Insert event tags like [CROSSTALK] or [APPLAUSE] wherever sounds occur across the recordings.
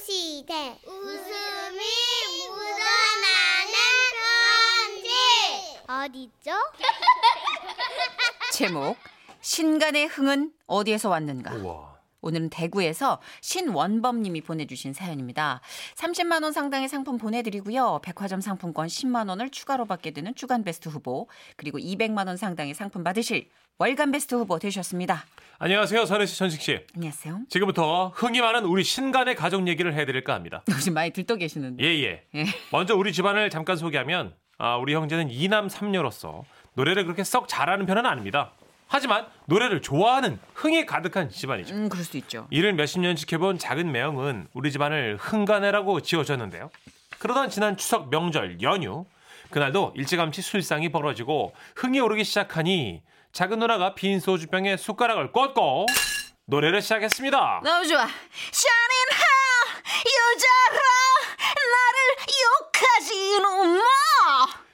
시대 웃음이 묻어나는 편지 어디죠? 제목 신간의 흥은 어디에서 왔는가? 우와. 오늘은 대구에서 신원범님이 보내주신 사연입니다. 30만 원 상당의 상품 보내드리고요. 백화점 상품권 10만 원을 추가로 받게 되는 주간 베스트 후보 그리고 200만 원 상당의 상품 받으실 월간 베스트 후보 되셨습니다. 안녕하세요, 선혜 씨, 천식 씨. 안녕하세요. [LAUGHS] 지금부터 흥이 많은 우리 신간의 가족 얘기를 해드릴까 합니다. 요즘 많이 들떠 계시는데. 예, 예. 예. 먼저 우리 집안을 잠깐 소개하면, 아, 우리 형제는 이남 삼녀로서 노래를 그렇게 썩 잘하는 편은 아닙니다. 하지만 노래를 좋아하는 흥이 가득한 집안이죠. 음 그럴 수 있죠. 이를 몇십 년 지켜본 작은 매형은 우리 집안을 흥간해라고 지어줬는데요. 그러던 지난 추석 명절 연휴 그날도 일찌감치 술상이 벌어지고 흥이 오르기 시작하니 작은 누나가 빈 소주병에 숟가락을 꽂고 노래를 네. 시작했습니다. 너무 좋아. 샤린 하 여자라 나를 욕하지 마.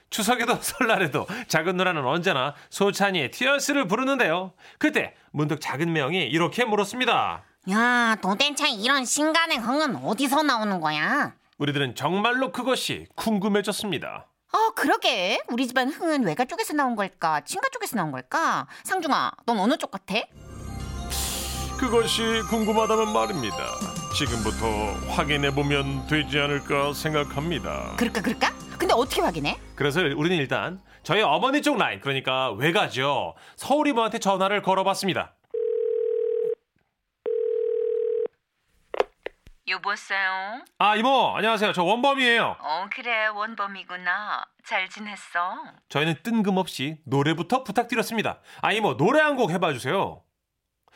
추석에도 [LAUGHS] 설날에도 작은 누나는 언제나 소찬이의 티어스를 부르는데요. 그때 문득 작은 매형이 이렇게 물었습니다. 야, 도대체 이런 신간의 흥은 어디서 나오는 거야? 우리들은 정말로 그것이 궁금해졌습니다. 어, 그러게. 우리 집안 흥은 외가 쪽에서 나온 걸까? 친가 쪽에서 나온 걸까? 상중아, 넌 어느 쪽 같아? 그것이 궁금하다면 말입니다. 지금부터 확인해 보면 되지 않을까 생각합니다. 그럴까, 그럴까? 근데 어떻게 확인해? 그래서 우리는 일단 저희 어머니 쪽 라인 그러니까 외가죠 서울이모한테 전화를 걸어봤습니다. 여보세요. 아 이모 안녕하세요 저 원범이에요. 어 그래 원범이구나. 잘 지냈어? 저희는 뜬금없이 노래부터 부탁드렸습니다. 아 이모 노래 한 곡 해봐 주세요.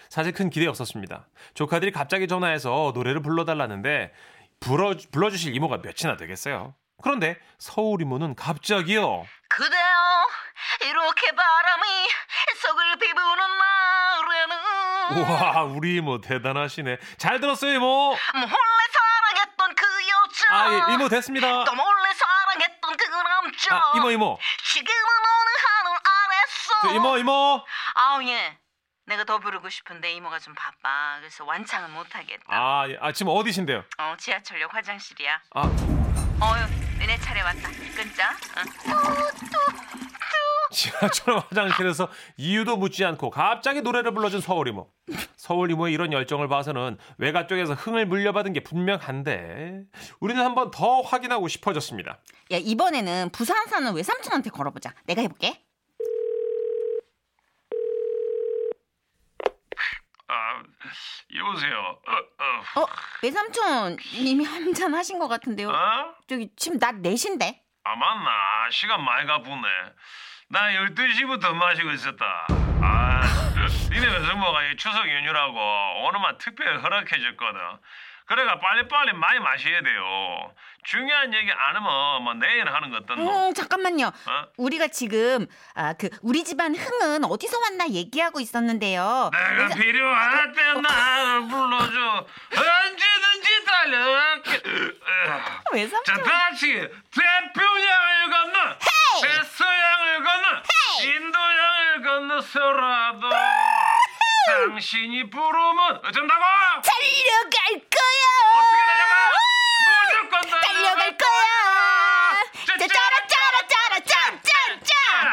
사실 큰 기대 없었습니다. 조카들이 갑자기 전화해서 노래를 불러달라는데 불어, 불러주실 이모가 몇이나 되겠어요. 그런데 서울 이모는 갑자기요. 그대여 이렇게 바람이 속을 비부는 날에는 우와 우리 이모 대단하시네. 잘 들었어요 이모. 몰래 사랑했던 그 여자 아 예, 이모 됐습니다. 또 몰래 사랑했던 그 남자 아 이모 이모. 지금은 어느 하늘 아래서 저, 이모 이모. 아우 예 내가 더 부르고 싶은데 이모가 좀 바빠 그래서 완창은 못하겠다 아, 예. 아 지금 어디신데요? 어 지하철역 화장실이야 아 [LAUGHS] 어 은혜 차례 왔다 끊자 응. 지하철 화장실에서 이유도 묻지 않고 갑자기 노래를 불러준 서울이모. 서울이모의 이런 열정을 봐서는 외가 쪽에서 흥을 물려받은 게 분명한데 우리는 한 번 더 확인하고 싶어졌습니다. 야, 이번에는 부산 사는 외삼촌한테 걸어보자. 내가 해볼게. 아, 여보세요. 어, 어, 외삼촌 이미 [LAUGHS] 한잔 하신 것 같은데요. 어, 어? 저기 지금 낮 4시인데. 아, 맞나? 시간 많이 가쁘네. 나 12시부터 마시고 있었다. 아, 니네 외숙모가 이 추석 연휴라고 오늘만 특별히 허락해줬거든. 그래가 빨리빨리 많이 마셔야 돼요. 중요한 얘기 안 하면 뭐 내일 하는 것 어떤 놈. 음, 잠깐만요. 어? 우리가 지금 아 그 우리 집안 흥은 어디서 왔나 얘기하고 있었는데요. 내가 필요할 때 나를 불러줘. 언제든지 달려갈게. 아, 자 외삼촌. 다시 대표양을 건너 베서양을 건너 인도양을 건너서라도 당신이 부르면 어쩐다고 달려갈 거야. 어떻게 달려가 무조건 달려갈 달려갈 거야. 짜- 짜짜라짜라짜라짜짜. 거야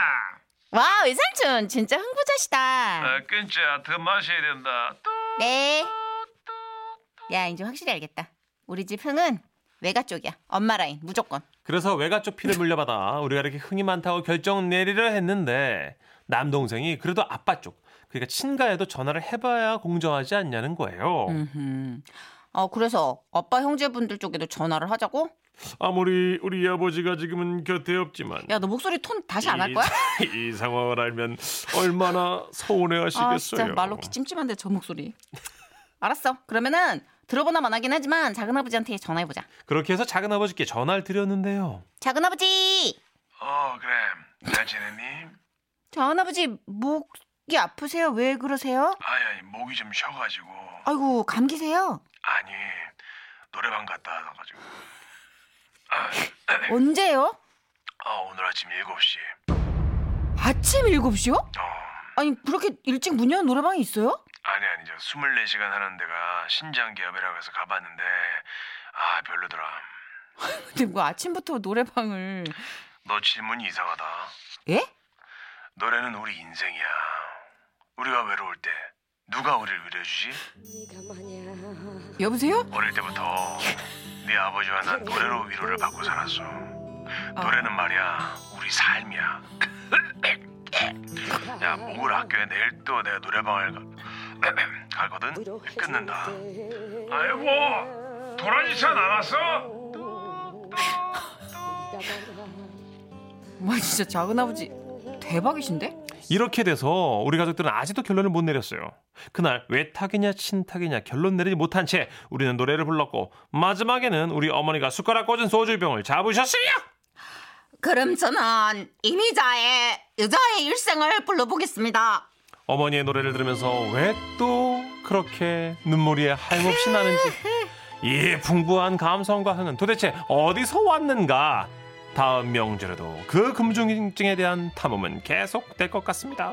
와 외삼촌 진짜 흥부자시다. 아, 끊자 더 마셔야 된다 네. 야 이제 확실히 알겠다. 우리 집 흥은 외가 쪽이야. 엄마 라인 무조건. 그래서 외가 쪽 피를 물려받아 우리가 이렇게 흥이 많다고 결정 내리려 했는데 남동생이 그래도 아빠 쪽 그러니까 친가에도 전화를 해봐야 공정하지 않냐는 거예요. 음. 어 그래서 아빠 형제분들 쪽에도 전화를 하자고? 아무리 우리 아버지가 지금은 곁에 없지만 야 너 목소리 톤 다시 안 할 거야? [LAUGHS] 이 상황을 알면 얼마나 서운해하시겠어요. 아 진짜 말로기 찜찜한데 저 목소리. [LAUGHS] 알았어. 그러면은 들어보나 마나긴 하지만 작은 아버지한테 전화해 보자. 그렇게 해서 작은 아버지께 전화를 드렸는데요. 작은 아버지. 어 그래 잘 지내니? 작은 아버지 목이 아프세요? 왜 그러세요? 아니 아니 목이 좀 쉬어가지고 아이고 감기세요? 아니 노래방 갔다 와가지고 언제요? 아 오늘 아침 7시 아침 7시요? 어 아니 그렇게 일찍 문 여는 노래방이 있어요? 아니 아니죠 24시간 하는 데가 신장 기업이라고 해서 가봤는데 아 별로더라. 근데 뭐 아침부터 노래방을. 너 질문이 이상하다. 예? 노래는 우리 인생이야. 우리가 외로울 때 누가 우리를 위로해주지? 여보세요? 어릴 때부터 네 아버지와 난 노래로 위로를 받고 살았어. 노래는 말이야 우리 삶이야. 야 목을 학교에 내일 또 내가 노래방을 가, [CLEARS THROAT] 가거든 끊는다. 아이고 도라지 차 나갔어? 와 진짜 작은 아버지 대박이신데? 이렇게 돼서 우리 가족들은 아직도 결론을 못 내렸어요. 그날 왜 타기냐 친 타기냐 결론 내리지 못한 채 우리는 노래를 불렀고 마지막에는 우리 어머니가 숟가락 꽂은 소주병을 잡으셨어요. 그럼 저는 이미자의 여자의 일생을 불러보겠습니다. 어머니의 노래를 들으면서 왜 또 그렇게 눈물이 하염없이 나는지 이 풍부한 감성과 흥은 도대체 어디서 왔는가? 다음 명절에도 그 금중증에 대한 탐험은 계속될 것 같습니다.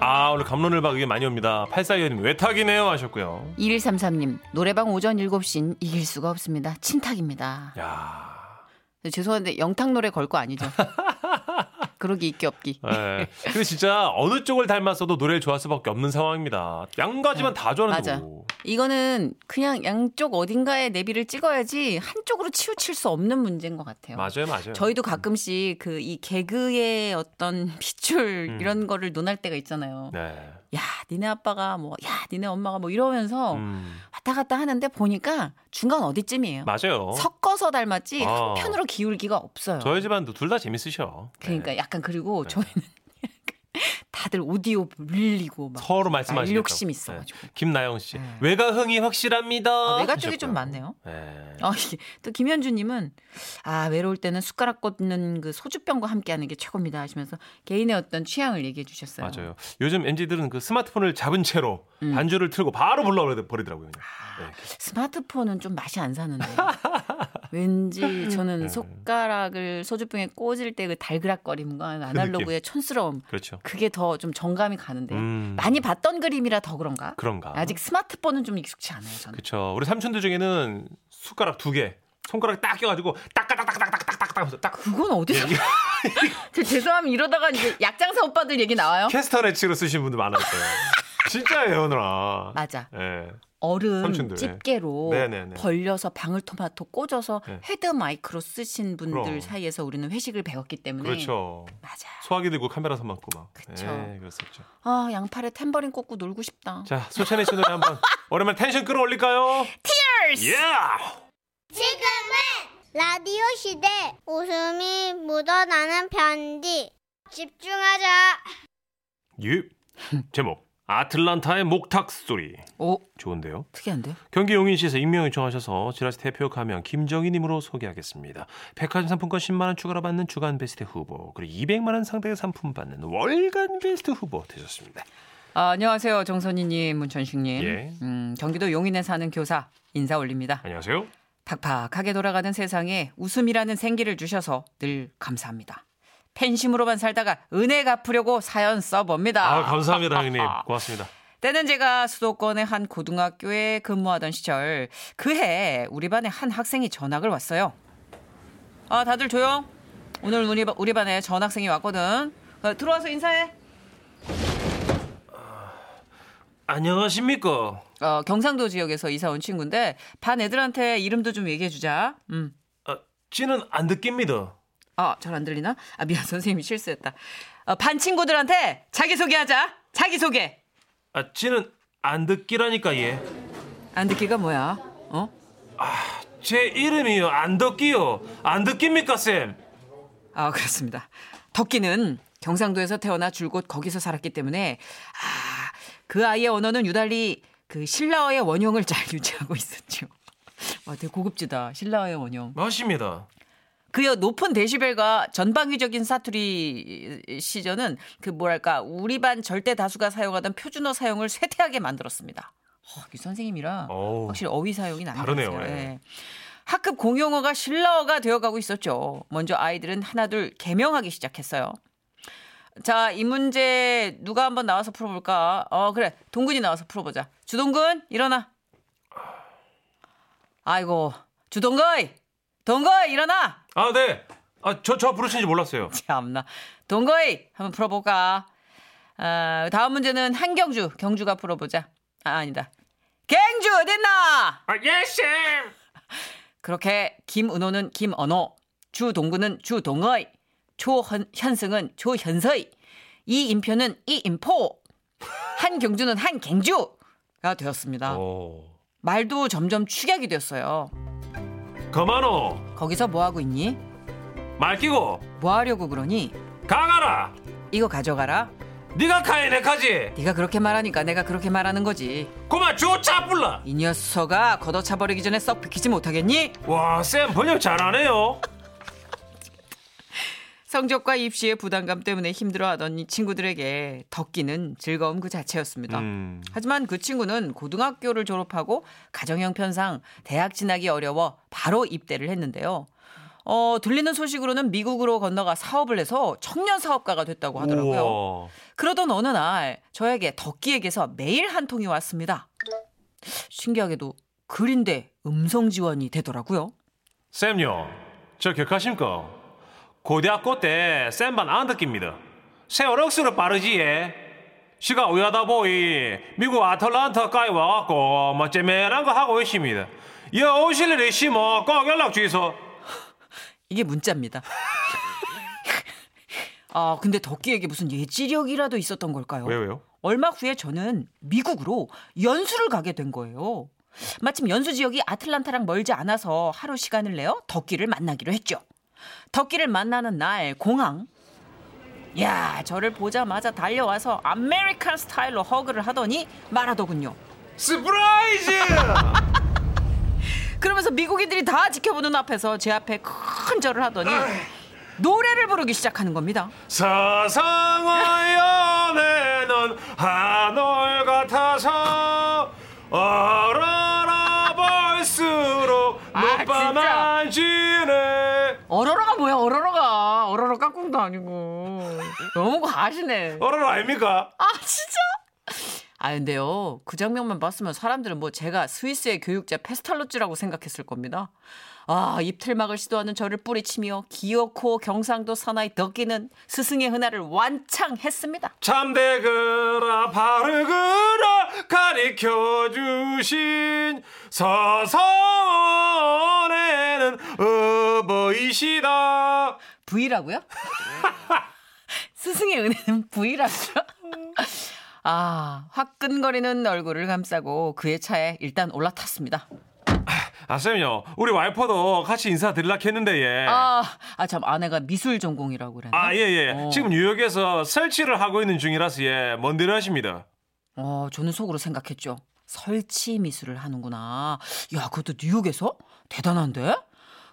아 오늘 감론을 박이게 많이 옵니다. 8425님 외탁이네요 하셨고요. 2133님 노래방 오전 7시는 이길 수가 없습니다. 친탁입니다. 야 죄송한데 영탁 노래 걸 거 [LAUGHS] 아니죠? 그러기 있기 없기. 예. 근데 진짜 어느 쪽을 닮았어도 노래를 좋아할 수밖에 없는 상황입니다. 양 가지만 다 좋아하는데. 네. 맞아. 뭐. 이거는 그냥 양쪽 어딘가에 내비를 찍어야지 한쪽으로 치우칠 수 없는 문제인 것 같아요. 맞아요, 맞아요. 저희도 가끔씩 그 이 개그의 어떤 비출 음. 이런 거를 논할 때가 있잖아요. 네. 야, 니네 아빠가 뭐, 야, 니네 엄마가 뭐 이러면서 음, 왔다 갔다 하는데 보니까 중간 어디쯤이에요. 맞아요. 섞어서 닮았지 어. 한편으로 기울기가 없어요. 저희 집안도 둘 다 재밌으셔. 네. 그러니까 약간 그리고 저희는 [LAUGHS] 약간 다들 오디오 물리고 막 네. 서로 말씀하시죠. 욕심 있어가지고. 김나영 씨. 네. 외가흥이 확실합니다. 아, 내가 쪽이 좀 하셨고요. 많네요. 네. 아, 이게 또 김현주님은 아 외로울 때는 숟가락 꽂는 그 소주병과 함께하는 게 최고입니다 하시면서 개인의 어떤 취향을 얘기해 주셨어요. 맞아요. 요즘 MZ들은 그 스마트폰을 잡은 채로 음. 반주를 틀고 바로 불러버리더라고요. 그냥. 아. 네. 스마트폰은 좀 맛이 안 사는데 [LAUGHS] 왠지 네. 저는 손가락을 소주병에 꽂을 때 그 달그락거림과 아날로그의 촌스러움 그렇죠. 그게 더 좀 정감이 가는데 음. 많이 봤던 그림이라 더 그런가? 그런가. 아직 스마트폰은 좀 익숙치 않아요 저는. 그렇죠. 우리 삼촌들 중에는 숟가락 두 개, 손가락 딱 껴가지고 딱딱딱딱딱딱딱딱 하면서 딱 그건 [LAUGHS] 어디서? 저 죄송하면 이러다가 이제 약장사 오빠들 얘기 나와요. 캐스터네치로 쓰신 [LAUGHS] 분들 많았어요. 진짜예요, 누나. 맞아. 네. 예. 얼음 삼촌들. 집게로 네네네. 벌려서 방울토마토 꽂아서 네. 헤드 마이크로 쓰신 분들 그럼. 사이에서 우리는 회식을 배웠기 때문에 그렇죠. 맞아. 소화기 들고 카메라 손 맞고 막. 그쵸. 예, 그랬었죠. 아 양팔에 탬버린 꽂고 놀고 싶다. 자, 소찬이 씨 [LAUGHS] 노래 한번 오랜만에 텐션 끌어올릴까요? Tears. 지금은 라디오 시대 웃음이 묻어나는 편지 집중하자 유. 제목 아틀란타의 목탁 소리. 오 좋은데요. 어, 특이한데요? 경기 용인시에서 익명 요청하셔서 지라시 대표 가명 김정희님으로 소개하겠습니다. 백화점 상품권 10만 원 추가로 받는 주간 베스트 후보 그리고 200만 원 상당의 상품 받는 월간 베스트 후보 되셨습니다. 아, 안녕하세요 정선희님 문천식님. 예. 음, 경기도 용인에 사는 교사 인사 올립니다. 안녕하세요. 팍팍하게 돌아가는 세상에 웃음이라는 생기를 주셔서 늘 감사합니다. 팬심으로만 살다가 은혜 갚으려고 사연 써봅니다. 아 감사합니다 형님 고맙습니다. 때는 제가 수도권의 한 고등학교에 근무하던 시절 그해 우리 반에 한 학생이 전학을 왔어요. 아 다들 조용. 오늘 우리, 바- 우리 반에 전학생이 왔거든. 어, 들어와서 인사해. 안녕하십니까. 어, 경상도 지역에서 이사 온 친구인데 반 애들한테 이름도 좀 얘기해 주자. 음. 아, 찌는 안 느낍니다. 아, 잘 안 들리나? 아, 미안. [LAUGHS] 선생님이 실수했다. 어, 반 친구들한테 자기소개하자. 자기소개. 아, 찌는 안 듣기라니까 예. 안 듣기가 뭐야? 어? 제 이름이요 안 듣기요 안 듣깁니까 쌤? 아, 그렇습니다. 덕기는 경상도에서 태어나 줄곧 거기서 살았기 때문에 아, 그 아이의 언어는 유달리 그 신라어의 원형을 잘 [LAUGHS] 유지하고 있었죠. 와, 되게 고급지다. 신라어의 원형. 맞습니다. 그의 높은 데시벨과 전방위적인 사투리 시전은 그 뭐랄까 우리 반 절대 다수가 사용하던 표준어 사용을 쇠퇴하게 만들었습니다. 어, 이 선생님이라 어우. 확실히 어휘 사용이 다르네요, 남다르네요. 예. 학급 공용어가 신라어가 되어가고 있었죠. 먼저 아이들은 하나둘 개명하기 시작했어요. 자, 이 문제 누가 한번 나와서 풀어볼까? 어, 그래. 동근이 나와서 풀어보자. 주동근, 일어나. 아이고, 주동근! 동근, 일어나! 아, 네. 아, 저, 저 부르신지 몰랐어요. 참나. 동거이 한번 풀어볼까? 아, 다음 문제는 한경주, 경주가 풀어보자. 아, 아니다. 갱주 어딨나? 아, 예, 쌤! 그렇게 김은호는 김언호, 주동구는 주동의, 조현승은 조현서의, 이인표는 이인포, 한경주는 한갱주가 되었습니다. 오. 말도 점점 축약이 됐어요. 그만호, 거기서 뭐 하고 있니? 말 끼고, 뭐 하려고 그러니? 강하라! 이거 가져가라. 네가 가야 내 가지! 네가 그렇게 말하니까 내가 그렇게 말하는 거지. 그만 조차 불러! 이 녀석아 걷어차버리기 전에 썩 비키지 못하겠니? 와, 쌤 번역 잘하네요. 성적과 입시의 부담감 때문에 힘들어하던 이 친구들에게 덕기는 즐거움 그 자체였습니다. 음. 하지만 그 친구는 고등학교를 졸업하고 가정 형편상 대학 진학이 어려워 바로 입대를 했는데요. 어, 들리는 소식으로는 미국으로 건너가 사업을 해서 청년 사업가가 됐다고 하더라고요. 우와. 그러던 어느 날 저에게 덕기에게서 매일 한 통이 왔습니다. 신기하게도 글인데 음성 지원이 되더라고요. 쌤요, 저 기억하십니까? 고등학교 때 쌤반 안 듣깁니다. 세월 억수로 빠르지, 예. 시가 오하다 보이 미국 아틀란타까지 와갖고 뭐 재미난 거 하고 있습니다. 여 오실 일 있으면 꼭 연락 주이소. 이게 문자입니다. [LAUGHS] 아, 근데 덕기에게 무슨 예지력이라도 있었던 걸까요? 왜요? 얼마 후에 저는 미국으로 연수를 가게 된 거예요. 마침 연수 지역이 아틀란타랑 멀지 않아서 하루 시간을 내어 덕기를 만나기로 했죠. 덕기를 만나는 날 공항. 야, 저를 보자마자 달려와서 아메리칸 스타일로 허그를 하더니 말하더군요. 스프라이즈! [LAUGHS] 그러면서 미국인들이 다 지켜보는 앞에서 제 앞에 큰 절을 하더니 노래를 부르기 시작하는 겁니다. 사상의 연애는 한올 같아서 얼어라 볼수록 아, 진짜. 높아만 지네 어러러가 뭐야 어러러가 어러러 깍꿍도 아니고 너무 과하시네. 얼어라 아닙니까? 아 진짜? 아 근데요 그 장면만 봤으면 사람들은 뭐 제가 스위스의 교육자 페스탈로찌라고 생각했을 겁니다. 아 입틀막을 시도하는 저를 뿌리치며 기어코 경상도 사나이 덕기는 스승의 은하를 완창했습니다. 참되거라 바르거라 가르쳐주신 서성원에는 어버이시다 V라고요? [LAUGHS] 스승의 은혜는 V라고요? 아, 화끈거리는 얼굴을 감싸고 그의 차에 일단 올라탔습니다. 아 쌤요 우리 와이퍼도 같이 인사드리려 했는데 예. 아, 아, 참, 아내가 미술 전공이라고 그랬나? 아, 예, 예. 어. 지금 뉴욕에서 설치를 하고 있는 중이라서, 예, 먼 데를 하십니다. 어, 저는 속으로 생각했죠. 설치 미술을 하는구나. 야, 그것도 뉴욕에서? 대단한데?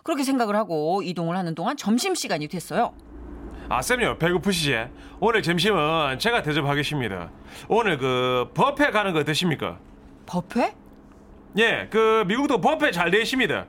그렇게 생각을 하고 이동을 하는 동안 점심시간이 됐어요. 아, 쌤요, 배고프시지? 오늘 점심은 제가 대접하겠습니다. 오늘 그, 버페 가는 거 드십니까? 법회? 예, 그, 미국도 버페 잘 돼 있습니다.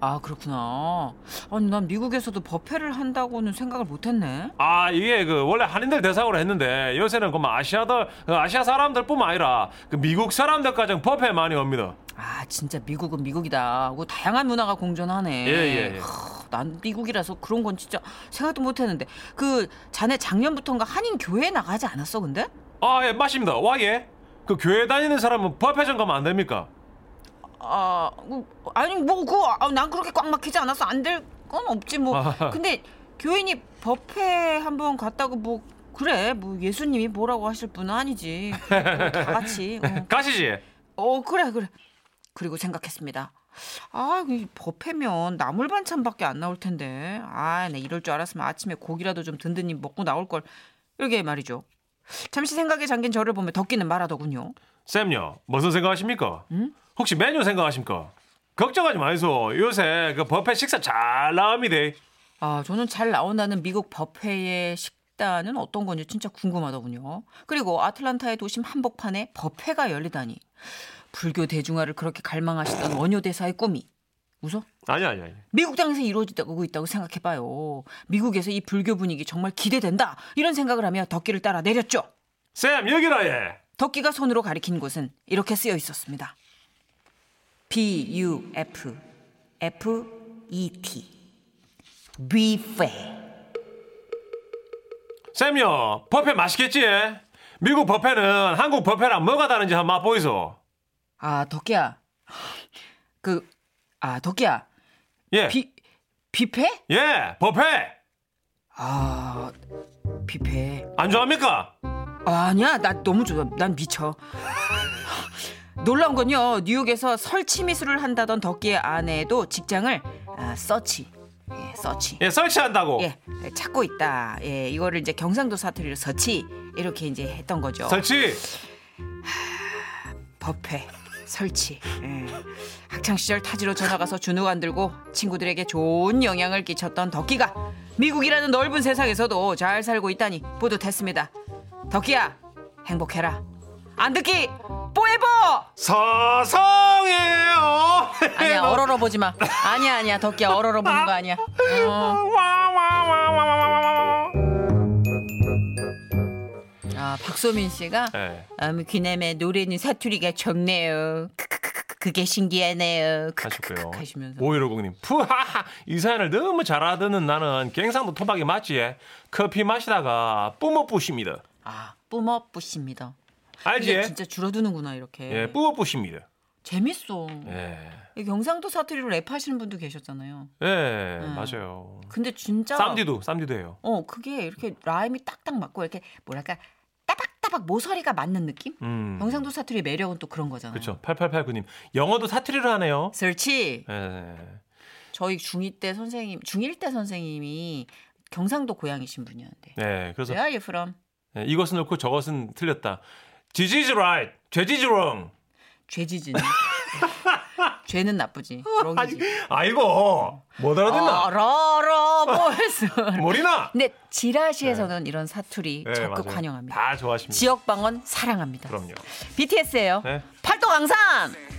아, 그렇구나. 아니, 난 미국에서도 법회를 한다고는 생각을 못했네. 아, 이게 그, 원래 한인들 대상으로 했는데, 요새는 그만 아시아들, 그 아시아 사람들 뿐만 아니라, 그 미국 사람들까지 버페 많이 옵니다. 아 진짜 미국은 미국이다 하고 다양한 문화가 공존하네. 예, 예, 예. 하, 난 미국이라서 그런 건 진짜 생각도 못했는데 그 자네 작년부터인가 한인 교회 나가지 않았어 근데? 아, 예, 맞습니다. 와, 예. 그, 교회 다니는 사람은 버페전 가면 안 됩니까? 아 뭐, 아니 뭐그난 그렇게 꽉 막히지 않아서 안 될 건 없지 뭐. 아하. 근데 교인이 법회 한번 갔다고 뭐 그래 뭐 예수님이 뭐라고 하실 분은 아니지. 뭐 다 같이. 어. 가시지? 어 그래 그래 그리고 생각했습니다 아이 법회면 나물 반찬밖에 안 나올 텐데 아나 네, 이럴 줄 알았으면 아침에 고기라도 좀 든든히 먹고 나올 걸 이렇게 말이죠 잠시 생각에 잠긴 저를 보며 덕기는 말하더군요 쌤요, 무슨 생각하십니까? 혹시 메뉴 생각하십니까? 걱정하지 마이소. 요새 그 버페 식사 잘 나옵니다. 아 저는 잘 나온다는 미국 법회의 식단은 어떤 건지 진짜 궁금하더군요 그리고 아틀란타의 도심 한복판에 법회가 열리다니 불교 대중화를 그렇게 갈망하시던 원효 대사의 꿈이 웃어? 아니 아니 아니. 미국 땅에서 이루어지고 있다고 생각해봐요. 미국에서 이 불교 분위기 정말 기대된다. 이런 생각을 하며 덕기를 따라 내렸죠. 쌤 여기라 예. 덕기가 손으로 가리킨 곳은 이렇게 쓰여 있었습니다. B U F F E T 뷔페. 쌤요 버페 맛있겠지? 예? 미국 버페는 한국 버페랑 뭐가 다른지 한번 맛보이소. 아 덕기야, 그 아 덕기야 예. 뷔 뷔페? 예 버페 아 뷔페. 안 좋아합니까? 아니야, 나 너무 좋아. 난 미쳐. 놀라운 건요, 뉴욕에서 설치 미술을 한다던 덕기의 아내도 직장을 아, 서치, 예, 서치, 예 설치한다고. 예, 찾고 있다. 예, 이거를 이제 경상도 사투리로 서치 이렇게 이제 했던 거죠. 설치. 법회 설치. 예. 학창 시절 타지로 전화가서 주눅안 들고 친구들에게 좋은 영향을 끼쳤던 덕기가 미국이라는 넓은 세상에서도 잘 살고 있다니 뿌듯했습니다. 덕기야 행복해라. 안 듣기 뽀에버. 서성해요. 아니야 얼얼어 보지 마. 아니야 아니야 덕기야 얼얼어 보는 거 아니야. [LAUGHS] 어. 와와와와와와와. 아 박소민 씨가 예. 음, 그나마 노래는 사투리가 적네요. 크크크크 그게 신기하네요. 하셨고요. 크크크크 하시면서. 오일오공님, 푸하하 [LAUGHS] 이 사연을 너무 잘 알아듣는 나는 갱상도 토박이 맞지? 예. 커피 마시다가 뿜어뿌십니다. 아 뿜어 뿌십니다. 이게 알지? 진짜 줄어드는구나 이렇게. 예, 뿜어뿌십니다. 재밌어. 예, 이 경상도 사투리로 랩하시는 분도 계셨잖아요. 예, 음. 맞아요. 근데 진짜 쌈디도 쌈디도예요. 어 그게 이렇게 라임이 딱딱 맞고 이렇게 뭐랄까 따박따박 모서리가 맞는 느낌? 음, 경상도 사투리의 매력은 또 그런 거잖아요. 그렇죠. 8889님, 영어도 사투리로 하네요. 설치 예, 저희 중2 때 선생님 중1 때 선생님이 경상도 고향이신 분이었는데. 예, 그래서 Where are you from? 예, 이것은 옳고 저것은 틀렸다. 지지지 right, 죄지지 wrong. [LAUGHS] 죄지진. 죄는 나쁘지. 롱이지. 아이고, 못 알아듣나? 어러러 뭐 벌써. 머리나? 근데 지라시에서는 이런 사투리 예, 적극 맞아요. 환영합니다. 다 좋아하십니다. 지역 방언 사랑합니다. 그럼요. BTS예요. 네. 팔도 강산.